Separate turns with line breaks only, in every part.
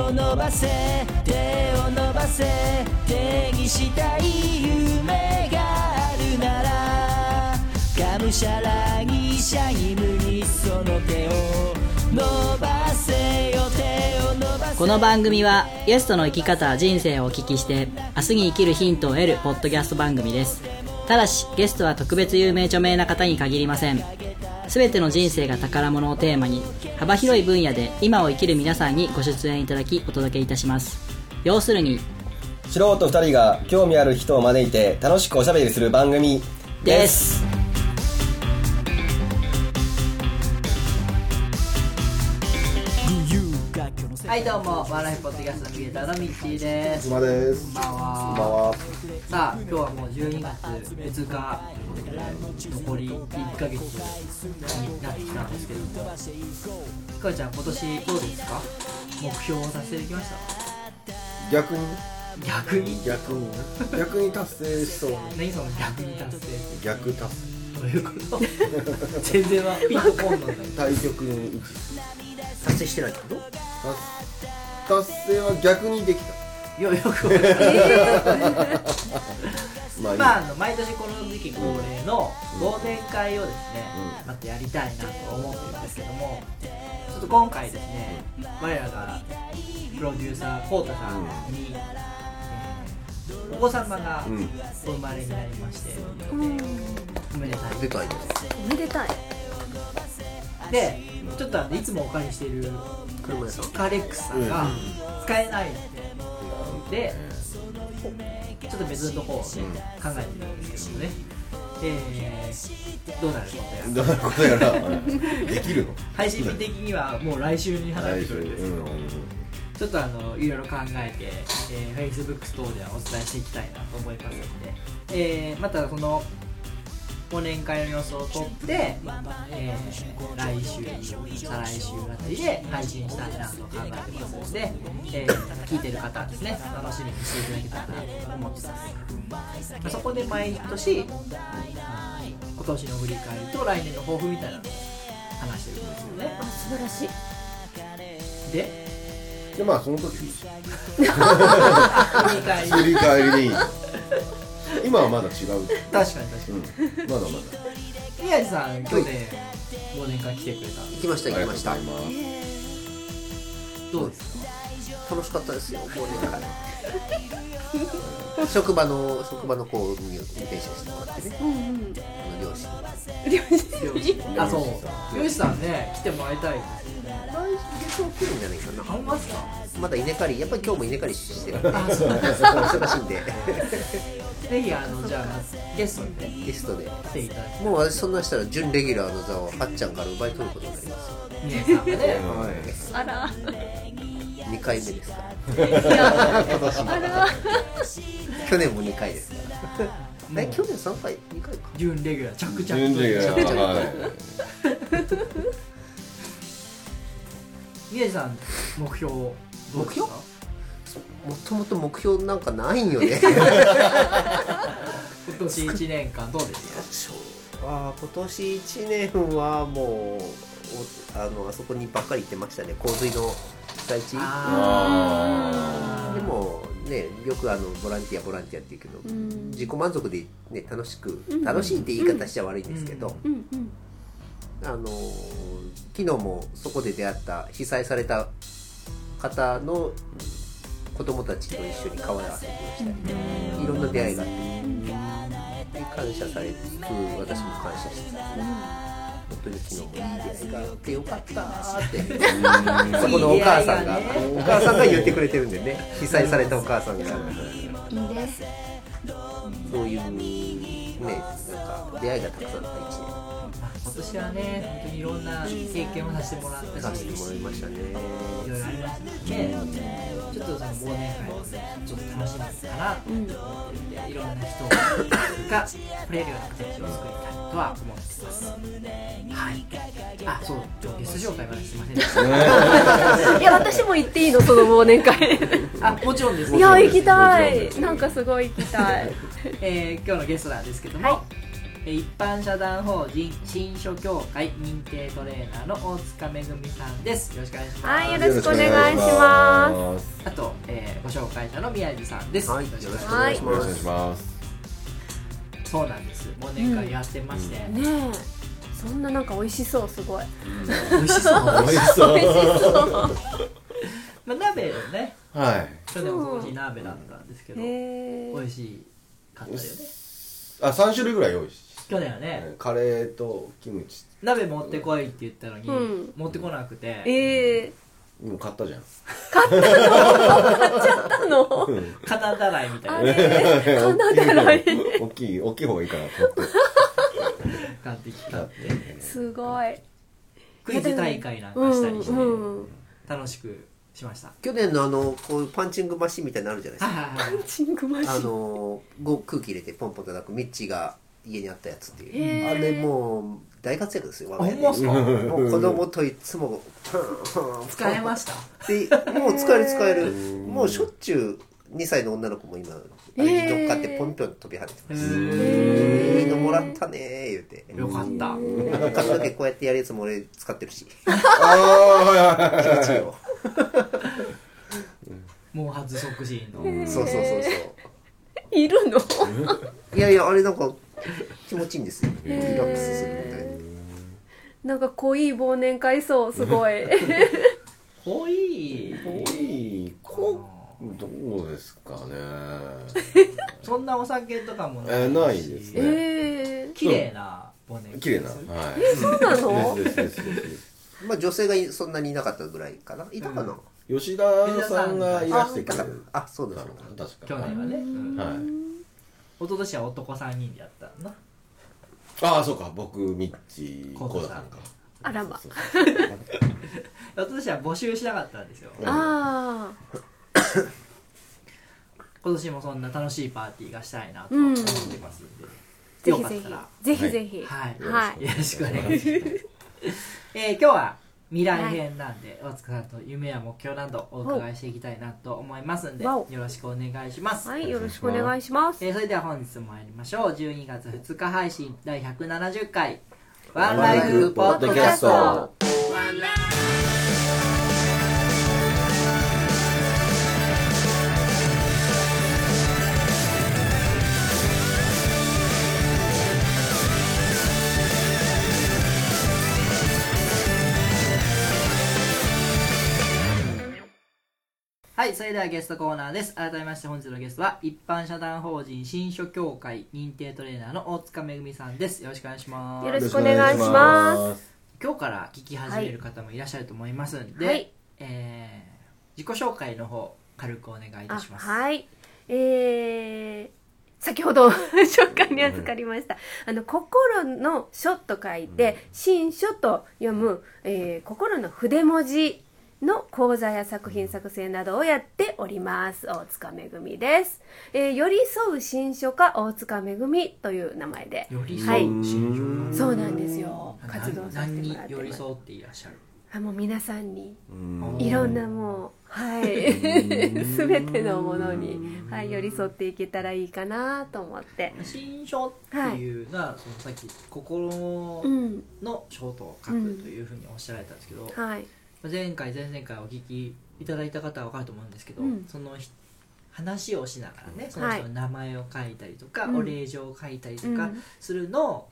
を伸ばせ手を伸ばせ手にしたい夢があるならがむしゃらにシャイムにその手を伸ばせよ手を伸ばせ
この番組はゲストの生き方人生をお聞きして明日に生きるヒントを得るポッドキャスト番組ですただしゲストは特別有名著名な方に限りません全ての人生が宝物をテーマに幅広い分野で今を生きる皆さんにご出演いただきお届けいたします要するに
素人2人が興味ある人を招いて楽しくおしゃべりする番組
ですはいどうもワンライフポッドキャストクリエイターのみっちーです
妻です。
こんばんは
こんばんは
さあ今日はもう12月2日残り1ヶ月になってきたんですけどもひかるちゃん今年どうですか目標を達成できました
逆に
逆に
逆に逆に達成しそう。
何その逆に達成って
逆達
どういうこと全然はピンとこんのない
成。対極に位置。
達成してないってこと
達達成は逆にできた。
いやよくわかんない
まあいい。
まあ、あの毎年この時期恒例の忘年会をですね、またやりたいなと思ってるんですけどもちょっと今回ですね我らがプロデューサーコウタさんに、えーお子様が
うん
お生まれになりまして、おめでたい
出たいです
おめでたい
でちょっとあのいつもお借りしている
車屋さん
カレックスさんが使えないんで、でちょっと別のとこをね、考えてみたんですけどもね、えーどうなるこ
ど
とや
ういうことやらできるの。
配信日的にはもう来週に話
来
して
週。
くるんですけ
う
ど、
ん。
ちょっとあのいろいろ考えて、えー、Facebook 等ではお伝えしていきたいなと思いますので、えーまたその忘年会の様子を撮って、えー来週再来週あたりで配信したいなと考えてますので、えー聞いてる方はですね楽しみにしていただけたらなと思ってますまあそこで毎年あの今年の振り返りと来年の抱負みたいなのを話してるんですよね
あ素晴らしい
で
でまあその時
振り返り
振り返りでいい。今はまだ違う。
確かに確かに
うん。まだま
宮地さん去年忘年会来てくれた
行きました
だ。
行きました
ありがとうございま
どうですか
楽しかったですよ忘年会職場の職場の子に運転手してもらってね
うんうん
あの両親
あそう漁師さんね来てもらいたいです
来月起きるんじゃないかな
あんますか
まだ稲刈りやっぱり今日も稲刈りしてるんで
あそう
忙しいんで
ぜひあのじゃあゲストにね
ゲストで
来ていただ
もう私そんなしたら準レギュラーの座をはっちゃんから奪い取ることになりますよ
き宮地さんがね
は
あら
2回目ですから
あら
去年も2回ですからえ去年3回2回か
準レギュラー着々
い。
と
順次が は。
宮地さん目標どうですか
もともと目標なんかないんよね
今年1年間どうでした
そうあー今年1年はもうおあのあそこにばっかり行ってましたね洪水の被災地
あー
でもねよくあのボランティアボランティアって言うけど、
ん
自己満足で、ね、楽しく楽しいって言い方しちゃ悪いですけど、
うんうん
あの昨日もそこで出会った被災された方の子供たちと一緒に川で遊びをしたりいろんな出会いがあってで感謝されつつ私も感謝して本当に昨日もいい出会いがあってよかったーってそこのお母さんが
いい出会いが
お母さんが言ってくれてるんでね被災されたお母さんが
いいです
そういうねなんか出会いがたくさんあった一年
今年はね本当にいろんな経験をさせてもらったし
させてもらいましたね
いろいろありましたね、ちょっとその忘年会をちょっと楽しみかなと思ってるんで、いろんな人が触れるような形を作りたいとは思ってますはいあそう今日ゲスト紹介まですいませんでした
いや私も行っていいのその忘年会
あもちろんです
いや行きたいなんかすごい行きたい
えー今日のゲストなんですけども、ええー一般社団法人新書協会認定トレーナーの大塚めぐみさんですよろしくお願いします、
はいよろしくお願いします
あと、えーご紹介者の宮地さんです、
はい、よ
よ
ろ
ろ
し
し
く
く
お
お願いしま
願いし
よろしくお願
ま
いし
す。
ます。
すそうなんです忘年会やってまして、
ねえそんななんか美味しそうすごい
美味しそう
美味しそう。
美味しそう
まあ鍋をね
はい。
去年も少し鍋だったんですけど、
へ
美
え
味しかったよね
あ、三種類ぐらい用意し。
去年はね、
カレーとキムチ。
鍋持ってこいって言ったのに、
うん
持ってこなくて、
ええ
今買ったじゃん。
あの
片たらいみた
あ
いなね
れカナダライ
大きい、大きい方がいいかなと思って
買ってき
買
た
っ
ってて
すごい
クイズ大会なん
う
かした
ん
りして、
うん
楽しくしました
去年のあのこういうパンチングマシンみたいなのあるじゃないです
はい
か。
はいはい
チングマシ
あのご空気入れてポンポン叩くミッチが家にあったやつってい
へ
う。
ー
あれもう大活躍ですよ。我
あほ
が家
ん
で
まっすか
もう子供といつもパンパン
使えました
でもう使える使えるもうしょっちゅう2歳の女の子も今あれに乗っかってポンピョンと飛び跳ねてます
へ
いいのもらったねー言うて
よかった
なんかだけこうやってやるやつも俺使ってるし
ああ、
一応
毛髪促進の
そうそうそうそ
いるの
ういやいやあれなんか気持ちいいんですよリラ
へー
ックスするみたいな
なんか濃い忘年会そうすごい
濃い
多い。こどうですかね。
そんなお酒とかも
えーないですね
ええ
綺麗な忘年会
綺麗な。はい。
そうなの
ですですですです。
まあ女性がそんなにいなかったぐらいかないたかな、
吉田さんがいらしてくれる
あそうで
だ
す
ろ
ね
うな確か
去年はね、うん一
はい
昨年は男3人でやったな
ああそうか僕ミッチコウダさんか
あらま
そう
一昨年は募集しなかったんですよ
ああ
今年もそんな楽しいパーティーがしたいなと思ってますんで、
ぜ
よ
ひ
かっ
ぜ
たら
ひぜひぜひ
はい、
はい
よろしくお願いします。 えー今日は未来編なんで、大塚さんと夢や目標などお伺いしていきたいなと思いますんで、
わ
よ
お
ろしくお願いします。
はいよろしくお願いします
えーそれでは本日も参りましょう。12月2日配信第170回、ワンライフポッドキャスト。はい、それではゲストコーナーです。改めまして本日のゲストは、一般社団法人新書協会認定トレーナーの大塚めぐみさんです。よろしくお願いします。
よろしくお願いします
今日から聞き始める方もいらっしゃると思いますんで、
はい
えー自己紹介の方軽くお願いいたします。い、
はいえー、先ほど 紹介に預かりました、あの心の書と書いて、新書と読む、えー心の筆文字の講座や作品作成などをやっております大塚めぐみです、えー寄り添う新書家大塚めぐみという名前で
寄り
は
添
いう
心情の
そうなんですよ活動させて
何
も
に
らって
寄り
ます
添っていらっしゃる。
あもう皆さんに
うん
いろんなもうはい 全てのものに、はい、寄り添っていけたらいいかなと思って
心書っていうのは、そのさっき心
うん
の書と書くというふうにおっしゃられたんですけど、
はい
前回前々回お聞きいただいた方は分かると思うんですけど、
うん
そのひ話をしながらねその人の名前を書いたりとか、
うん
お礼状を書いたりと
う
か
ん
するのを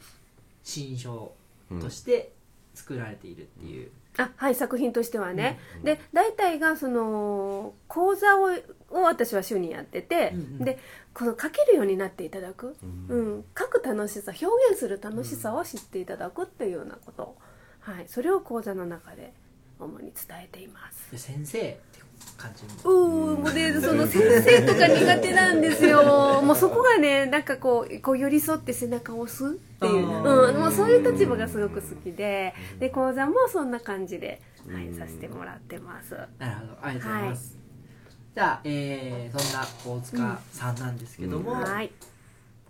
新書として作られているっていう、
あはい作品としてはね、で大体がその講座をを私は主にやってて、
うんうん
でこの書けるようになっていただく、うん書く楽しさ表現する楽しさを知っていただくっていうようなこと、はい、それを講座の中で主に伝えています。
で先生って感じも
うーもうねその先生とか苦手なんです よもうそこがねなんかこうこう寄り添って背中を押すっていう、
あ
う
ー
ん、もうそういう立場がすごく好きでで講座もそんな感じで、はい、させてもらってます
なるほどありがとうございます、じゃあ、えーそんな大塚さんなんですけども、
はい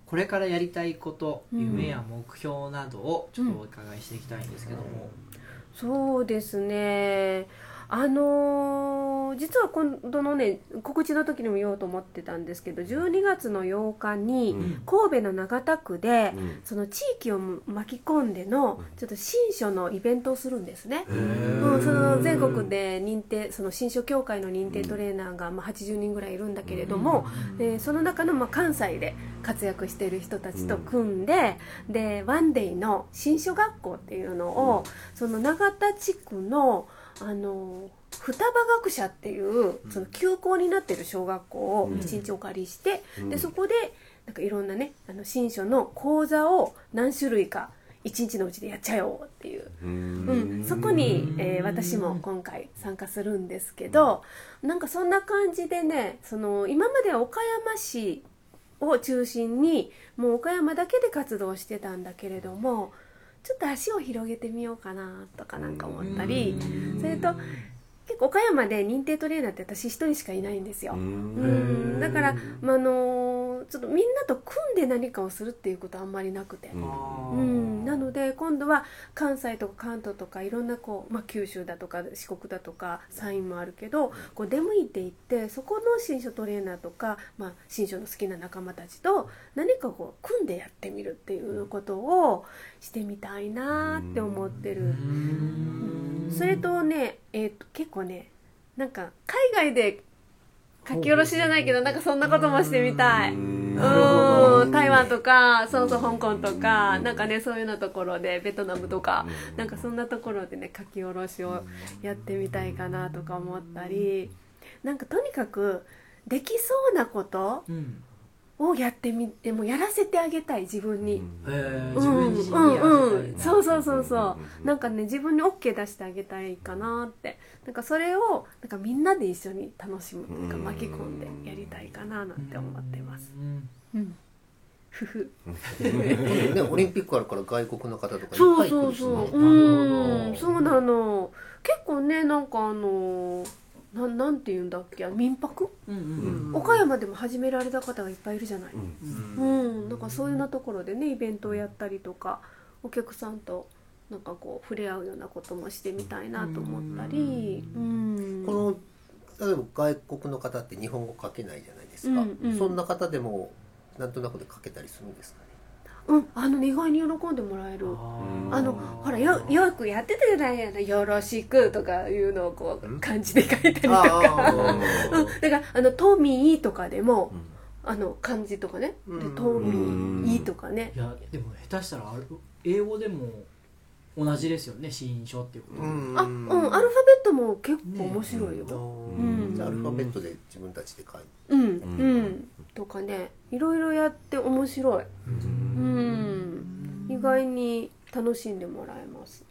これからやりたいこと
うん
夢や目標などをちょっとお伺いしていきたいんですけども、
そうですねあのーの実は今度のね告知の時にも言おうと思ってたんですけど12月の8日に
うん
神戸の長田区で、
うん
その地域を巻き込んでのちょっと新書のイベントをするんですね。うん、その全国で認定その新書協会の認定トレーナーがまあ80人ぐらいいるんだけれども、えーその中のまあ関西で活躍している人たちと組んで、でワンデイの新書学校っていうのを、その永田地区のあの双葉学舎っていうその休校になってる小学校を1日お借りして、でそこでなんかいろんなねあの新書の講座を何種類か1日のうちでやっちゃおうっていううん、そこに、えー私も今回参加するんですけどなんかそんな感じでねその今までは岡山市を中心にもう岡山だけで活動してたんだけれどもちょっと足を広げてみようかなとかなんか思ったりそれと結構岡山で認定トレーナーって私一人しかいないんですよ。うんだから、まああのーちょっとみんなと組んで何かをするっていうことはあんまりなくて。うん、なので今度は関西とか関東とかいろんなこう、まあ、九州だとか四国だとかサインもあるけどこう出向いていってそこの新書トレーナーとか、まあ、新書の好きな仲間たちと何かこう組んでやってみるっていうことをしてみたいなって思ってる。それとね、えーと結構ねなんか海外で書き下ろしじゃないけどなんかそんなこともしてみたい。うん台湾とかそうそう香港とかなんかねそういうのところでベトナムとかなんかそんなところでね書き下ろしをやってみたいかなとか思ったりなんかとにかくできそうなこと
うん
をやってみてもうやらせてあげたい自分に。
えー
う
自
ん
分自身
う
にやらせ
ん
たい
うん
な
そうそうそうそうなんかね自分に OK 出してあげたらいいかなってなんかそれをなんかみんなで一緒に楽しむっていうか巻き込んでやりたいかななんて思ってます
うん
うんふふ
ね、オリンピックあるから外国の方とかいっぱ
そ
いう来
そ
る
う
し
そう
ね
うんそうなの結構ねなんかあのなんなんて言うんだっけ民泊、
うん
岡山でも始められた方がいっぱいいるじゃないうん、なんかそういうようなところでねイベントをやったりとかお客さんとなんかこう触れ合うようなこともしてみたいなと思ったりうん
この例えば外国の方って日本語書けないじゃないですか、
うんうん
そんな方でもなんとなくで書けたりするんですかね
うんあのね意外に喜んでもらえるあのほらよよくやってたじゃないやの「よろしく」とかいうのをこう漢字で書いたりとかうんだからあの「トミー」とかでも、あの漢字とかね「で
うん
トミー」とかね
いやでも下手したらあれ英語でも同じですよね新書っていうこと
あうんアルファベットも結構面白いよ、
うんじゃあアルファベットで自分たちで書いて
うんうんとかねいろいろやって面白いうん意外に楽しんでもらえます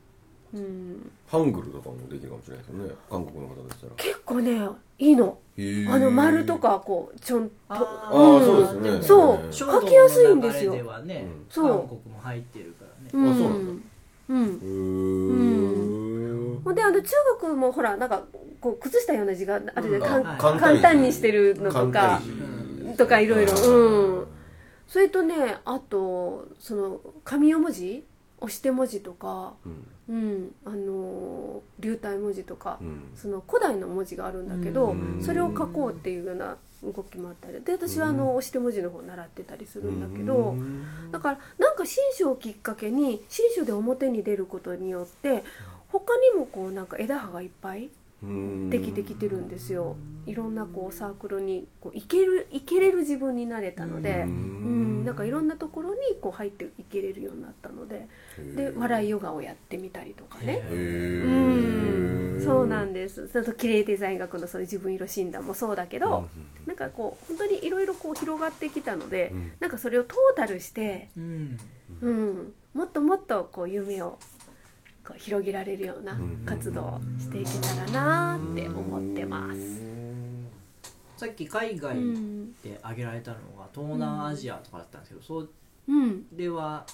うん
ハングルとかもできるかもしれないですよね韓国の方でしたら
結構ねいいの
へー
あの丸とかこうちょんと
あ
ああそうですね
そう
書
書きやすいんですよ
道の流れでは
う
ね
ん
そう
韓国も入ってるからね
うん
あそうなん
うん
うん
ほんであの中国もほらなんかこう崩したような字があれで、かん
あ
簡単
簡単にしてるのと
簡
か
単
とかいろいろうんそれとねあとその紙4文字押して文字とか、うんあのー流体文字とか、その古代の文字があるんだけど、それを書こうっていうような動きもあったりで私はあの押して文字の方を習ってたりするんだけど、だからなんか新書をきっかけに新書で表に出ることによって他にもこうなんか枝葉がいっぱいできてきてるんですよ。いろんなこうサークルにこう行ける行けれる自分になれたので、うん、なんかいろんなところにこう入っていけれるようになったので、で笑いヨガをやってみたりとかね。うん、そうなんです。それと綺麗デザイン学のそういう自分色診断もそうだけど、なんかこう本当にいろいろこう広がってきたので、なんかそれをトータルして、
うん
うん、もっともっとこう夢をこう広げられるような活動をしていけたらなーって思ってます。
さっき海
う
外
ん、
で挙げられたのが東南アジアとかだったんですけどそ
うん、
れは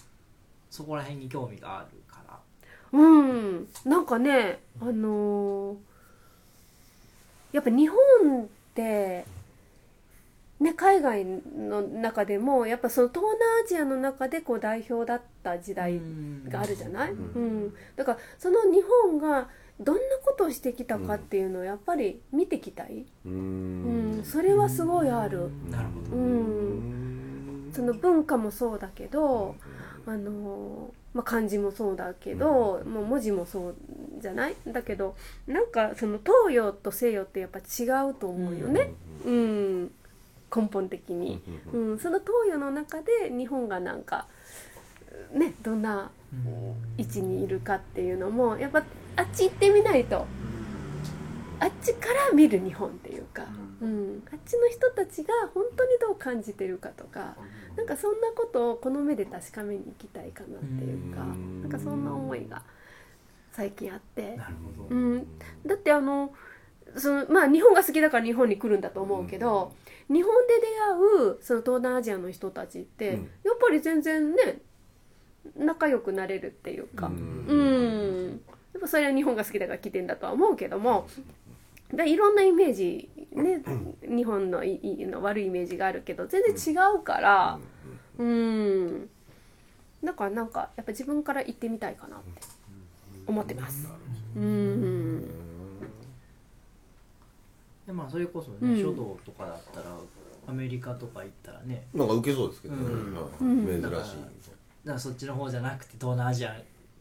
そこら辺に興味があるから
うん、なんかね、あのーやっぱ日本って、ね、海外の中でもやっぱその東南アジアの中でこう代表だった時代があるじゃない、うんだからその日本がどんなことをしてきたかっていうのをやっぱり見てきたい、
う
うん
ん
それはすごいある、
なるほど
うん、その文化もそうだけど、あのまあ、漢字もそうだけど、もう文字もそうじゃないだけどなんかその東洋と西洋ってやっぱ違うと思うよね、うん根本的に、うん、その東洋の中で日本がなんかねどんな位置にいるかっていうのもやっぱあっち行ってみないとあっちから見る日本っていうか、うん、あっちの人たちが本当にどう感じてるかとかなんかそんなことをこの目で確かめに行きたいかなっていうか
うん
なんかそんな思いが最近あって、
なるほ
う
ど
ん、だってあのそのまあ日本が好きだから日本に来るんだと思うけど、日本で出会うその東南アジアの人たちって、
うん
やっぱり全然ね仲良くなれるっていうか。うん、やっぱそれは日本が好きだから来てんだとは思うけどもだいろんなイメージ、ね、日本のいいの悪いイメージがあるけど全然違うからうんだからなんかやっぱ自分から行ってみたいかなって思ってます。うん
でまあそれこそ
うん
ね書道とかだったらアメリカとか行ったらね
なんか受けそうですけどね、
うん
はい
うん
珍し
だからそっちの方じゃなくて東南アジア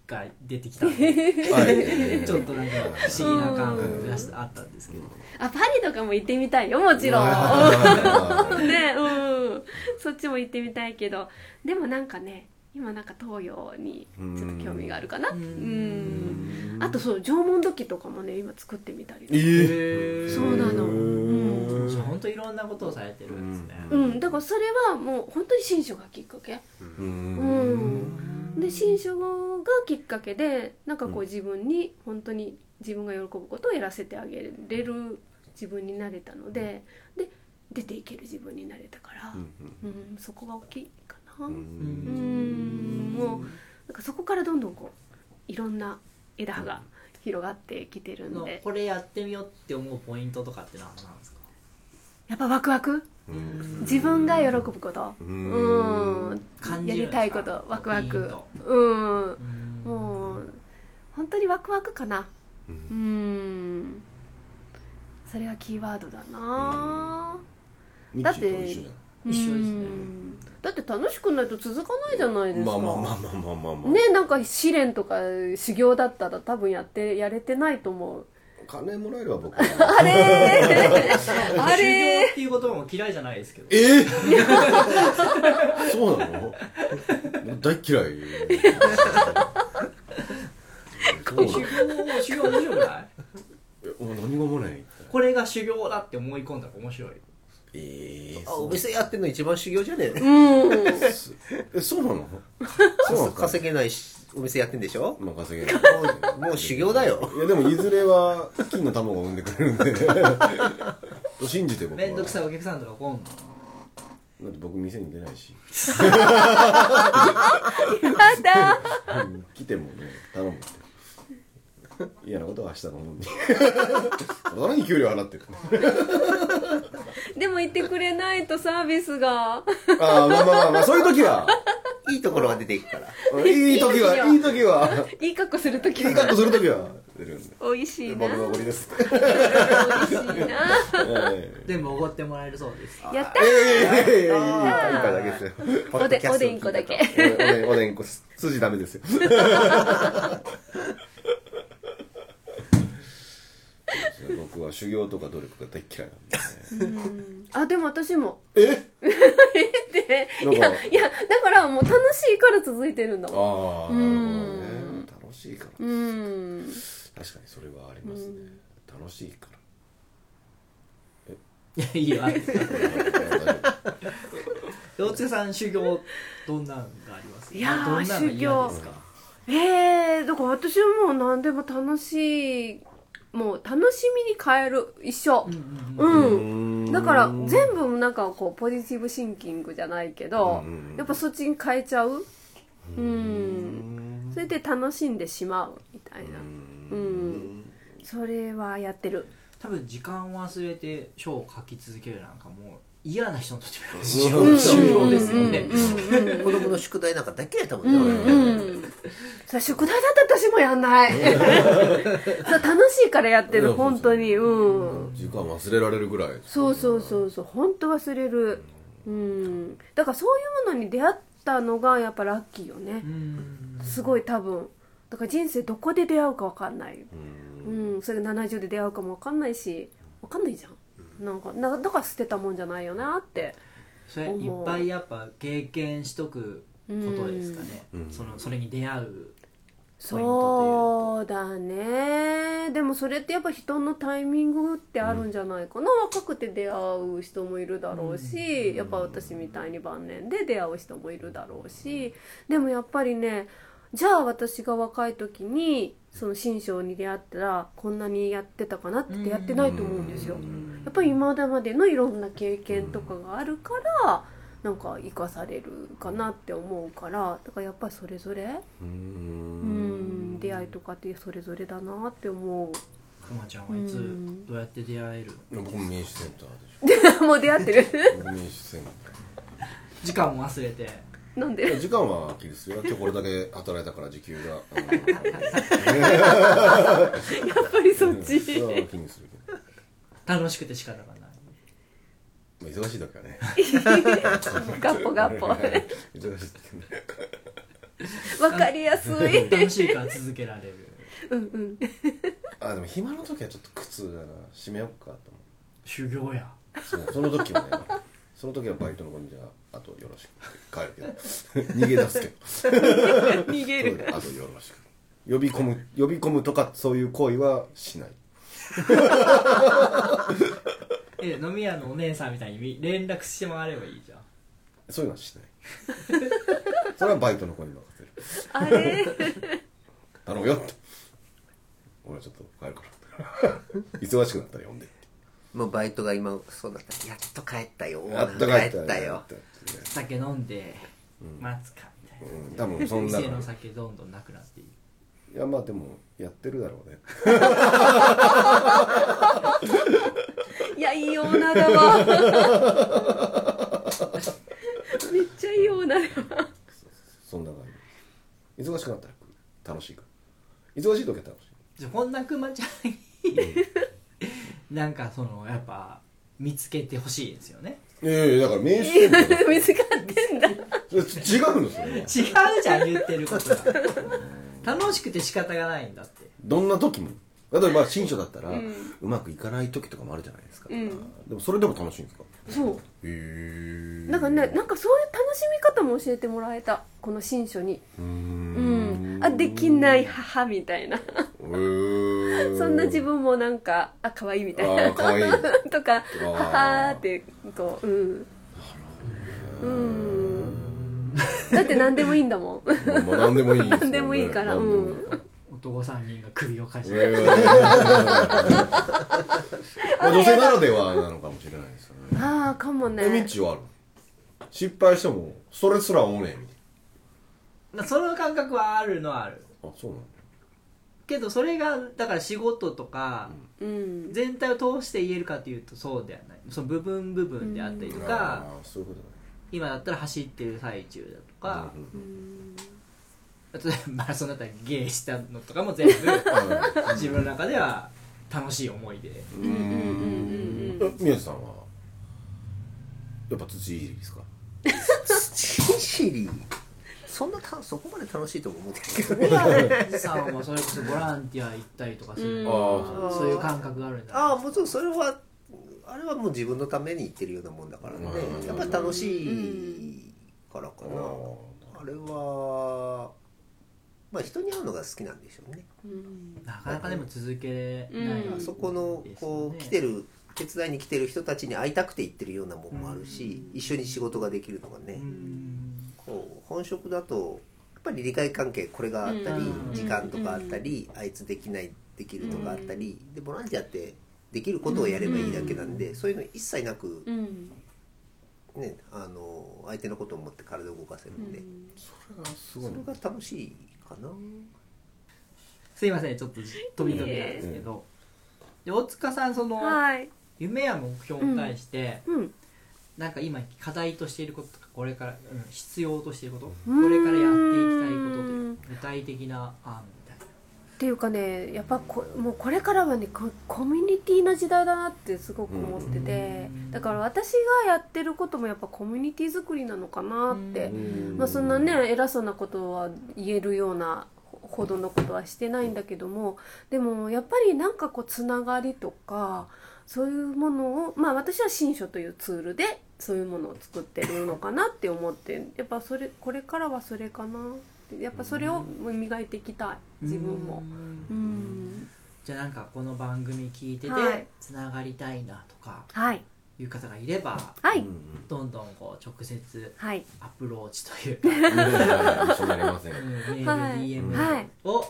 が出てきたんで
い、はい、
ちょっとなんか不思議な感覚がしてあったんですけど
あパリとかも行ってみたいよもち ろんねうんそっちも行ってみたいけどでもなんかね今なんか東洋にちょっと興味があるかな
う
うんんあとそう縄文土器とかもね今作ってみたり
えー
へー
そうなのうん、
じゃあ本当いろんなことをされてるんですね
うん、だからそれはもう本当に新書がきっかけ
う
うんんで新書がきっかけでなんかこう自分に本当に自分が喜ぶことをやらせてあげれる自分になれたのでで出ていける自分になれたから、うん、そこが大きいかなうんもうなんかそこからどんどんこういろんな枝葉が広がってきてるん
の
で
これやってみようって思うポイントとかって何なんですか
やっぱワクワク自分が喜ぶことうん
感
や
じるんです
り
か
たいことワクワ
いい
ク
と
うん
うん
もう本当にワクワクかなうんそれがキーワードだな
ミ
だ
ッ
っ
チ
て
ーと一緒じ
一緒ですね
うんだって楽しくないと続かないじゃない
ゃん
です
ま
か
あまあまあまあまあまあまあ、
ねなんか試練とか修行だったら多分やってやれてないと思う
金もらえれば僕は
あれーあ
修
れ
行っていう言葉も嫌いじゃないですけど
えーそうなの大嫌い
修
そうなの
行修行面白くない
えもう何がもない
これが修行だって思い込んだら面白い
ええ
あお店やってんの一番修行じゃねえ
ーうん
えそうなのそうなのか
稼げないしお店やってんでしょ
まあ稼げない
もう修行だよ
いやでもいずれは金の卵を産んでくれるんで と信じて僕は
めんどくさいお客さんとか来んの
だって僕店に出ない し
やだ
うん来てもね頼むって 嫌なことは明日のもんに何に給料払ってる
でも言ってくれないとサービスが
ああまあまあまあ、まあ、そういう時はい
いところが出ていくから
いい時はいい時 はい
い格好するとき
いいカッ
は
トする時は出るんで
美味しいな
僕のおごりです、
美味しいな
え
全部おごってもらえるそうです
やった
えいやいやいやいやいい回だけですよ
おでおでんこだけ
おでんおでんこ筋ダメ ですよそうですね僕は修行とか努力が大嫌いなんで
あでも私も
え
で
なん
い
か
やいやだからもう楽しいから続いてるんだもん
ああなるほどね楽しいから
うん
確かにそれはありますね楽しい から
いやいいよ大塚さん修行どんなのがあります
いやー
どんなの嫌ですか
えー、だから私はもう何でも楽しいもう楽しみに変える一緒うん、だから全部なんかこうポジティブシンキングじゃないけど、やっぱそっちに変えちゃううんそれで楽しんでしまうみたいなうんそれはやってる
多分時間忘れて書を書き続けるなんかもう嫌な人にとってみれば
うん
重要ですよね、
子供の宿題なんか大嫌いだも
うん
ね、俺
んうんそれ宿題だったら私もやんない そう楽しいからやってる本当にうん
時間忘れられるぐらい
そうそうそうそう本当忘れるうんだからそういうものに出会ったのがやっぱラッキーよね
うん
すごい多分だから人生どこで出会うか分かんないうん、それが70で出会うかも分かんないし分かんないじゃんなんかなだから捨てたもんじゃないよなって
それいっぱいやっぱ経験しとくことですかね、そのそれに出会うポイント
そうだねでもそれってやっぱ人のタイミングってあるんじゃないかな、若くて出会う人もいるだろうし、やっぱ私みたいに晩年で出会う人もいるだろうしでもやっぱりねじゃあ私が若い時にその新章に出会ったらこんなにやってたかなってやってないと思うんですよ。やっぱり今までのいろんな経験とかがあるからなんか生かされるかなって思うからだからやっぱりそれぞれうん出会いとかってそれぞれだなって思う
くまちゃんはいつどうやって出会える
僕も民主センターでし
もう出会ってる
ょ 僕民主セン
時間も忘れて
なん
タ
で
ー時間ははっきりですよ今日これだけ働いたから時給 があの
やっぱりそっち
それは気にするけど
楽しくて仕方がない
まあ忙しい時はね
ガッポガッポ
忙しい時はね
わかりやすい
楽しいから続けら れる
うんうん
あでも暇の時はちょっと苦痛だな閉めようかと思
修行や
うそうその時はね その時はバイトの子にじゃああとよろしく帰るけど逃 げ出すけど
逃げる
あとよろしく呼び込む呼び込むとかそういう行為はしない
え飲み屋のお姉さんみたいに連絡してもらえればいいじゃん
そういうのはしない それはバイトの子に任せる
あれ
頼むよって俺はちょっと帰るから 忙しくなったら呼んでって
もうバイトが今そうだったやっと帰ったよ
やっと帰った
帰ったよ
って言ってね
酒飲んで待つかみたいな
うん多分そんな
店の
い
酒どんどんなくなっていく
やまあでもやってるだろうね
いやいい女だ わめっちゃいい女だわ
そんな感じ忙しくなったら楽しいから忙しい時は楽しい
じゃあこんなくまちゃんになんかそのやっぱ見つけてほしいですよね
いやいやだから名刺
見つかってんだ
違うんですよ
違
ね
うじゃん言ってることが楽しくて仕方がないんだって
どんな時も例えば新書だったら、うまくいかない時とかもあるじゃないですか、でもそれでも楽しいんですか
そう
へえ
なんかね、なんかそういう楽しみ方も教えてもらえたこの新書にうんあできない母みたいなそんな自分もなんかあ可愛いみたい
あー
な
可愛い
とか
ー
母ってこううんうんだって何でもいいんだもん
まあまあ何でもいいですよね、
何でもいいから
何でもいいから
男3人が首をかし
え
げ
ーまあ女性ならではなのかもしれないですよね
ああかもね
えみっちはある失敗してもそれすらおねえみたい
なその感覚はあるのはある
なあそうなん
けどそれがだから仕事とか
うん
全体を通して言えるかというとそうではないその部分部分であったりと
だ
か、
あーそういうことね
今だったら走ってる最中だとか、例 えばマラソンだったらゲーしたのとかも全部自分の中では楽しい思い出
え宮地さんはやっぱ土いじりですか
キシリそんなたそこまで楽しいとも思ってないけどね
さんはそれこそボランティア行ったりとかする、
あ
そういう感覚があるんだ
ああもちろんそれはあれはもう自分のために言ってるようなもんだからね
うん
やっぱり楽しいからかなあれはまあ人に会うのが好きなんでしょうね
なかなかでも続けない、
あそこのこう来てる手伝いに来てる人たちに会いたくて行ってるようなもんもあるし一緒に仕事ができるのがねこう本職だとやっぱり利害関係これがあったり時間とかあったりあいつできないできるとかあったりでボランティアってできることをやればいいだけなんでそういうの一切なく
うん
ねあの相手のことを思って体を動かせるんでそれが楽しいかな
すいませんちょっと飛び飛びなんですけど、で大塚さんその、
はい
夢や目標に対して、
うん
なんか今課題としていることとかこれから、うん必要としていることこれからやっていきたいことという具体的な案みたいな
っていうかねやっぱこもうこれからはねココミュニティの時代だなってすごく思ってて、だから私がやってることもやっぱコミュニティ作りなのかなって、まあ、そんなね偉そうなことは言えるようなほほどのことはしてないんだけどもでもやっぱりなんかこうつながりとかそういうものをまあ私は新書というツールでそういうものを作ってるのかなって思ってやっぱそれこれからはそれかなってやっぱそれを磨いていきたい自分も。うん
じゃあなんかこの番組聞いてて
はい
つながりたいなとか
はい
いう方がいれば
はい
どんどんこう直接
はい
アプローチと いうか、うん
一緒になりません
メ
は
ー
い
ル
はい
DM を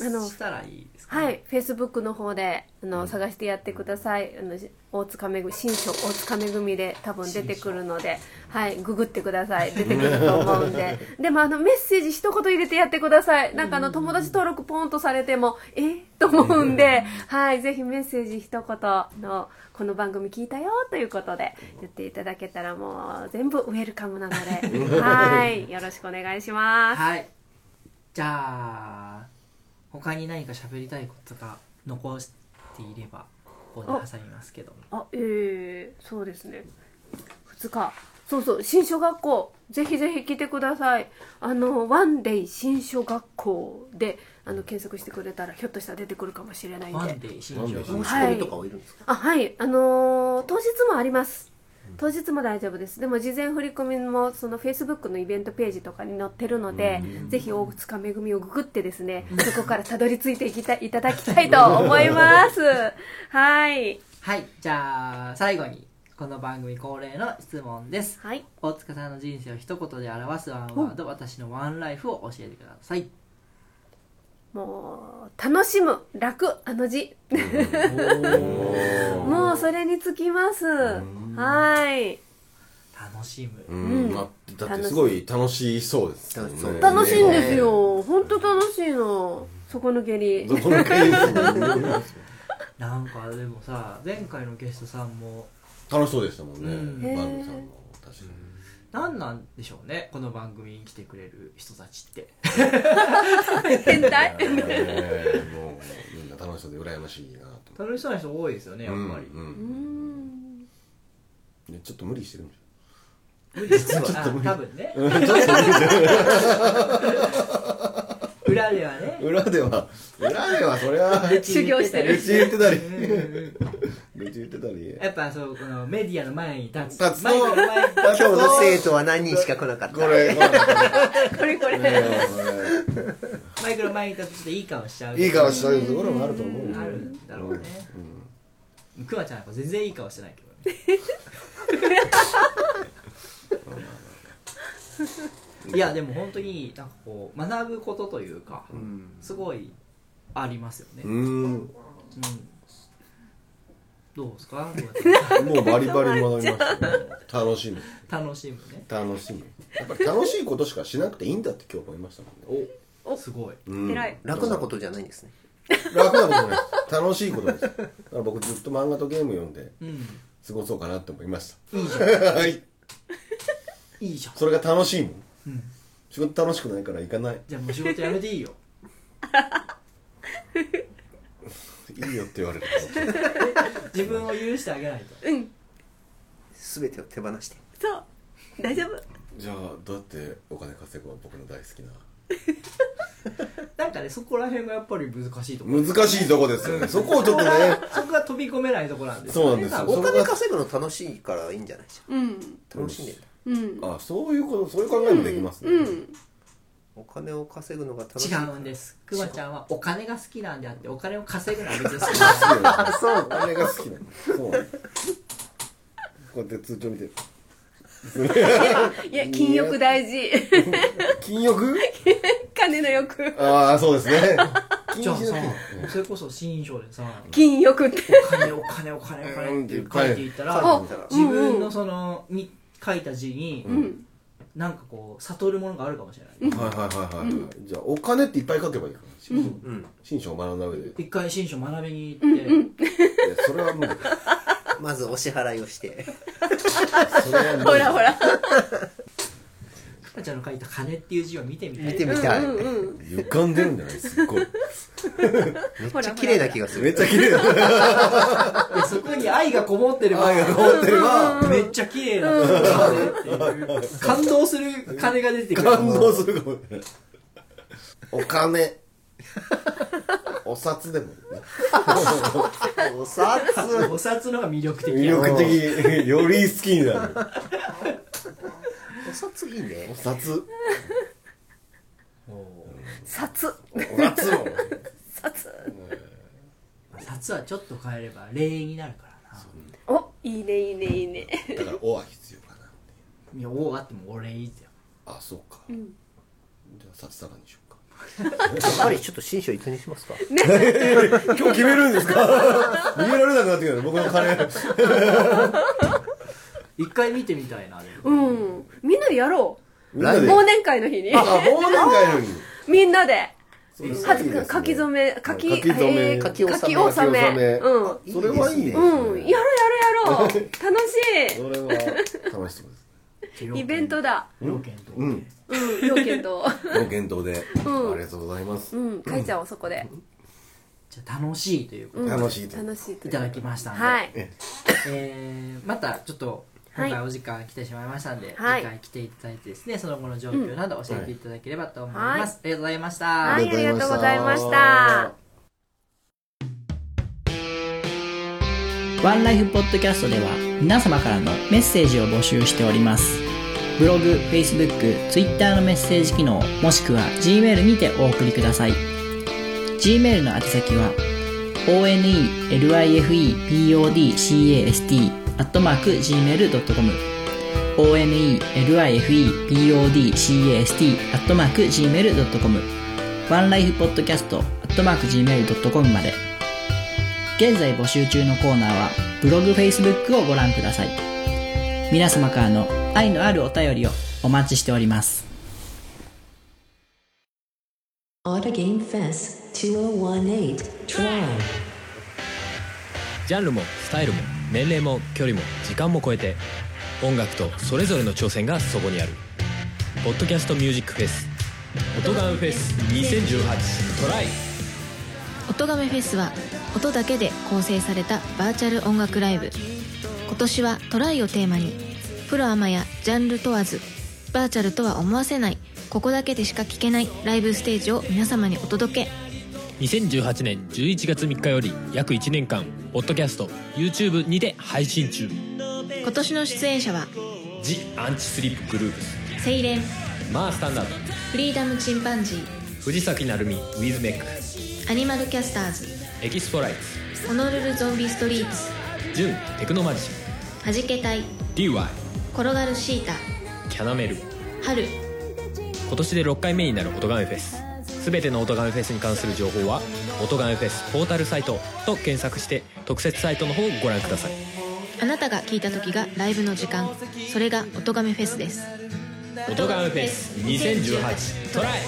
あの
したらいいですかね、
はい、フェイスブックの方であの探してやってくださいあのし大塚めぐ新書大塚めぐみで多分出てくるので、はい、ググってください出てくると思う んででもあのメッセージ一言入れてやってくださいなんかあの友達登録ポンとされてもえと思うんで、はい、ぜひメッセージ一言のこの番組聞いたよということで言っていただけたらもう全部ウェルカムなの ではいよろしくお願いします。
はい。じゃあ、他に何か喋りたいことが残していれば、ここで挟みますけども。
あええそうですね2日そうそう新書学校ぜひぜひ来てくださいあの「ワンデイ新書学校で」あの検索してくれたらひょっとしたら出てくるかもしれない
ワ
ん
ン
で
デイ新庄
申
が。
し込みとかはいるんですか、
あはいあのー当日もあります当日も大丈夫ですでも事前振り込みもそのフェイスブックのイベントページとかに載ってるのでぜひ大塚めぐみをググってですねそこからたどり着いていきたいいただきたいと思います はい
はい。じゃあ、最後に、この番組恒例の質問です。
はい
大塚さんの人生を一言で表すワンワード、私のワンライフを教えてください。
もう楽しむ楽あの字 もうそれにつきますはい
楽しむ。
うんだってだってすごい楽しそうですもん
そう
ね
楽しいんですよ本当楽しいの底抜けに
どこの回
なんかでもさ、前回のゲストさんも、
楽しそうでしたもん
うん
ね番組さんも確かに
何なんでしょうね、この番組に来てくれる人たちって。
変態
えーもうみんな楽しそうで羨ましいなと思って
楽しそうな人多いですよね、やっぱり。
うんうんねちょっと無理してるんじ
実はあ多分ね裏では
ゃ
ね
ん裏で は裏ではそりゃ愚
修行してる
痴言ってたり愚痴言ってたり
やっぱそうこのメディアの前に立つ
立つと
マイクの前に立つ
今日の生徒は何人しか来なかった
これこ
これこれ
れ
マイクの前に立つとちょっといい顔しちゃう
いい顔したいところもあると思うよ
あるんだろうねクマちゃんやっぱ全然いい顔してないけどね いやでも本当になんかこう学ぶことというかすごいありますよね、
うーん
うんどうですかどうやって
もうバリバリ学びましたね楽しむ
楽しむね
楽しむやっぱり楽しいことしかしなくていいんだって今日思いましたもんね
おすごい
うん
偉い
楽なことじゃないんですね
楽なことじゃないです楽しいことですだから僕ずっと漫画とゲーム読んで
うん
過ごそうかなって思いました
いいじゃん
はい
いいじゃん
それが楽しいもん、仕事楽しくないから行かない
じゃあもう仕事やめていいよ
いいよって言われる
自分を許してあげないと
全てを手放して
そう大丈夫
じゃあどうやってお金稼ぐは僕の大好きな
なんかねそこら辺がやっぱり難しいとこ
難しいとこです よねそこをちょっとね
そこが飛び込めないとこなんです
そうなんですよ
お
そ
金
こ
稼ぐの楽しいからいいんじゃないじ
うん
ゃん楽しんでる
うん
があそういうことそういう考えもできますね、
うん
お金を稼ぐのが楽しい
違うんですくまちゃんはお金が好きなんであってお金を稼ぐのは別に好きなんです
あそうお金が好きなのそうこうやって通帳見てる
いや禁欲大事
禁欲
金の欲
ああそうですね禁
じゃあ
止
さ
の
それこそ新章でさ
禁欲って
お金お金お金お金って書いていった
お
ら自分のそのみ書いた字になんかこう悟るものがあるかもしれない
禁はいはいはいはい、じゃあお金っていっぱい書けばいいかな新新書を学んだ上で
一回新書学びに行って
いやそれは無理
まずお支払いをして
ほらほら。
ふかちゃんの書いた「金」っていう字を見てみたい
見てみたい。
うんうん。
浮かんでるんじゃないすっごい。
めっちゃ綺麗な気がす
めっ
る。
ちゃ綺麗だ。
でそこに愛がこもってれば
愛がこもってれば、
めっちゃ綺麗な金っていう感動する金が出てくる
感動する かもね。
お金 お札でもいいね
お札
お札の方が魅力的
魅力的。 より好きになる。
お札いいね
お。札
札。
お札も
札。
札はちょっと変えれば霊園になるからな
お、いいね、いいね、いいね。
だから「お」は必要かない
や王あっても俺いいだよ
あそうか、じゃあ札束にしようか
やっぱりちょっと新書いつにしますか。
今日決めるんですか 逃げられなくなってきたね僕の金。
一回見てみたいなでも
うん。みんなでやろ
みんな
う。
で。
忘年会の日に。
あ、忘年会のに。
みんなで。
そうですね
はず書き初め、書き、
書き初め
えー
書
き納め
書き納
書き納め
め。うん。
それはいいね。
うん。や ろうやろうやろう。楽し
それは楽しそうです。
い。イベントだ。
要件と
うん。
うん。要 件と。
ご検討で。
うん
ありがとうございます。
うん。書いちゃおう、そこで。
じゃあ楽しいということ
うん
楽しいという
楽しい
い
と
うただきましたんで、
はい。
えーまたちょっと今
は
回
い
お時間来てしまいましたんで、
はい
次回来ていただいてですねその後の状況など教えていただければと思います、
はい
ありがとうございました、
はい、ありがとうございました。
ワンライフポッドキャストでは皆様からのメッセージを募集しております。ブログ、Facebook、Twitter のメッセージ機能、もしくは Gmail にてお送りください。Gmail の宛先は onelifepodcast.gmail.com onelifepodcast.gmail.com onelifepodcast.gmail.com まで。現在募集中のコーナーはブログ、Facebook をご覧ください。皆様からの愛のあるお便りをお待ちしております。
Auto Game Fest 2018 Try.
ジャンルもスタイルも年齢も距離も時間も超えて音楽とそれぞれの挑戦がそこにある「ポッドキャストミュージックフェス」「音ガンフェス2018トライ」
音亀フェスは音だけで構成されたバーチャル音楽ライブ今年はトライをテーマにプロアマやジャンル問わずバーチャルとは思わせないここだけでしか聴けないライブステージを皆様にお届け
2018年11月3日より約1年間ポッドキャスト YouTube にて配信中
今年の出演者は
「ジ・アンチスリップグループス
セイレン」
「マースタンダード」
フリーダムチンパンジー
「藤崎鳴海」「ウィズメック」
アニマルキャスターズ
「エキスポライツ
ホノルルゾンビストリートス」
「ジュン・テクノマジッ
はじけたい
ク」「DY」
転がるシータ
「キャナメル」
春
今年で6回目になる音ガメフェス全ての音ガメフェスに関する情報は「音ガメフェスポータルサイト」と検索して特設サイトの方をご覧ください
あなたが聴いた時がライブの時間それが音亀フェスです
「音ガメフェス2018トライ!」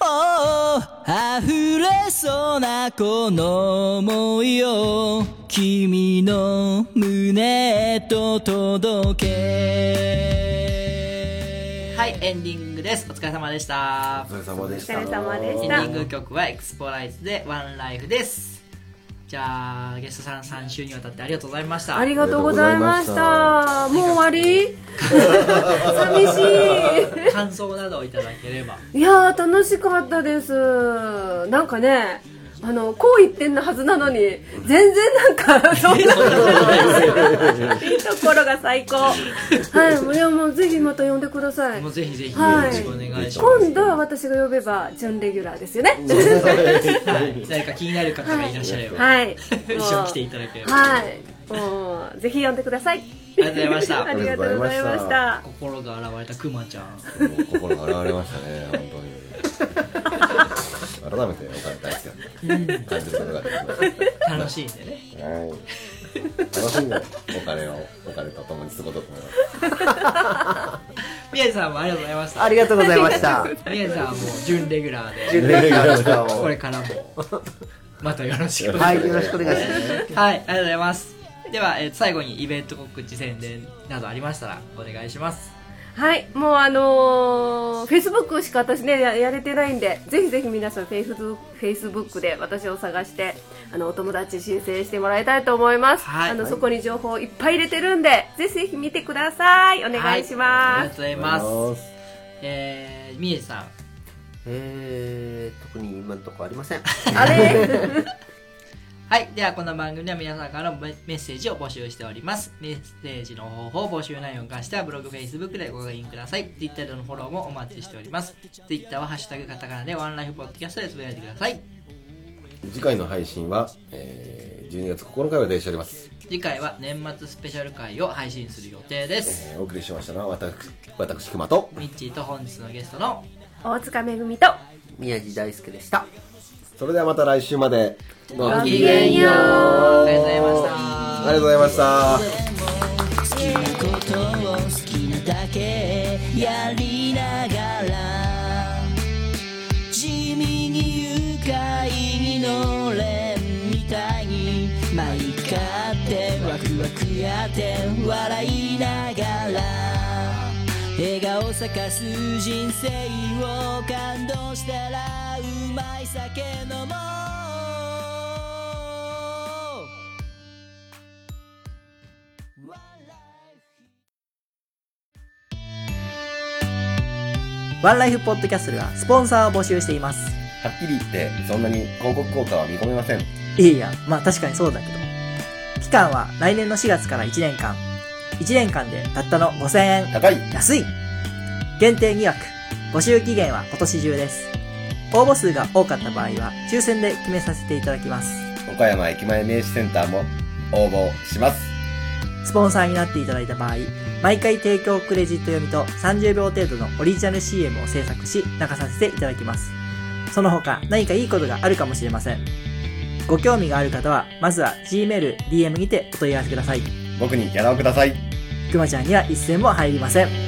おー溢れそうなこの想いを君の胸へと届けはいエンディングですお疲れ様でした
お疲れ様でし
お疲
た
れ。様で
エ
し
ンデ
た
ィン。グ曲はエクスポライズでワンライフですじゃあゲストさん3週にわたってありがとうございました
ありがとうございました。もう終わり 寂し
感想などをいただければ
い。いやー、楽しかったです。なんかね、あの、こう言ってんなはずなのに、全然なん か、そんなことない。いいところが最高。はい、もういやもうぜひまた呼んでください
もう。ぜひぜひよ
は
ろ
い
しくお願いします、
今度は私が呼べば、準レギュラーですよね。
はい誰か気になる方がいらっしゃれば、
はい。
一緒に来ていただければ、
はい。もう、ぜひ呼んでください。
ありがとうございました
ありがとうございました。
心が現れたくまちゃん
もう心が現れましたね、本 当に。改めて、お金大好きだった。感じることができまし
楽しいんでね
た。はい。楽しんでお金をお金と共に過ごそうと思います
宮治さんもありがとうございました
ありがとうございました。
宮治さんはもう準レギュラーで
準 レギュラー
これ
を
からもまたよろしくお願いします
はい、よろしくお願いします。
はい、ありがとうございます。では、えー最後にイベント告知宣伝などありましたらお願いします。
はい、もうあのー、Facebook しか私ねややれてないんで、ぜひぜひ皆さん Facebook Facebook で私を探して、あのお友達申請してもらいたいと思います。
はい
あの
はい
そこに情報をいっぱい入れてるんで、ぜひぜひ見てください。お願いし
はあ
ま
りが
す。
とうございます。えー、みえさん。
えー、特に今のとこありません。
あれ、
はい。では、この番組では皆さんからのメメッセージを募集しております。メッセージの方法、募集内容に関しては、ブログ、Facebook でご確認ください。Twitter でのフォローもお待ちしております。Twitter は、ハッシュタグカタカナで、ワンライフポッドキャストでつぶやいてください。
次回の配信は、えー、12月9日を予定しております、
次回は、年末スペシャル回を配信する予定です。
えーお送りしましたのは私私熊と
ミッチーと本日のゲストの
大塚めぐみと。
宮地大輔でした。
それではまた来週までごきげんよう
げんよう。
ありがとうございました。
ありがとうございました
好きなことを好きなだけやりながら地味に愉快にのれんみたいにまいかってワクワクやって笑いながら笑顔咲かす人生を感動したらうまい酒飲もう
ワンライフポッドキャストではスポンサーを募集しています。
はっきり言ってそんなに広告効果は見込めません
いいや、まあ確かにそうだけど。期間は来年の4月から1年間。1年間でたったの5000円。
高い
安い限定2枠。募集期限は今年中です。応募数が多かった場合は抽選で決めさせていただきます。
岡山駅前名刺センターも応募します
スポンサーになっていただいた場合、毎回提供クレジット読みと30秒程度のオリジナル CM を制作し流させていただきます。その他何かいいことがあるかもしれません。ご興味がある方は、まずは Gmail、DM にてお問い合わせください。
僕にギャラをください
くまちゃんには一銭も入りません。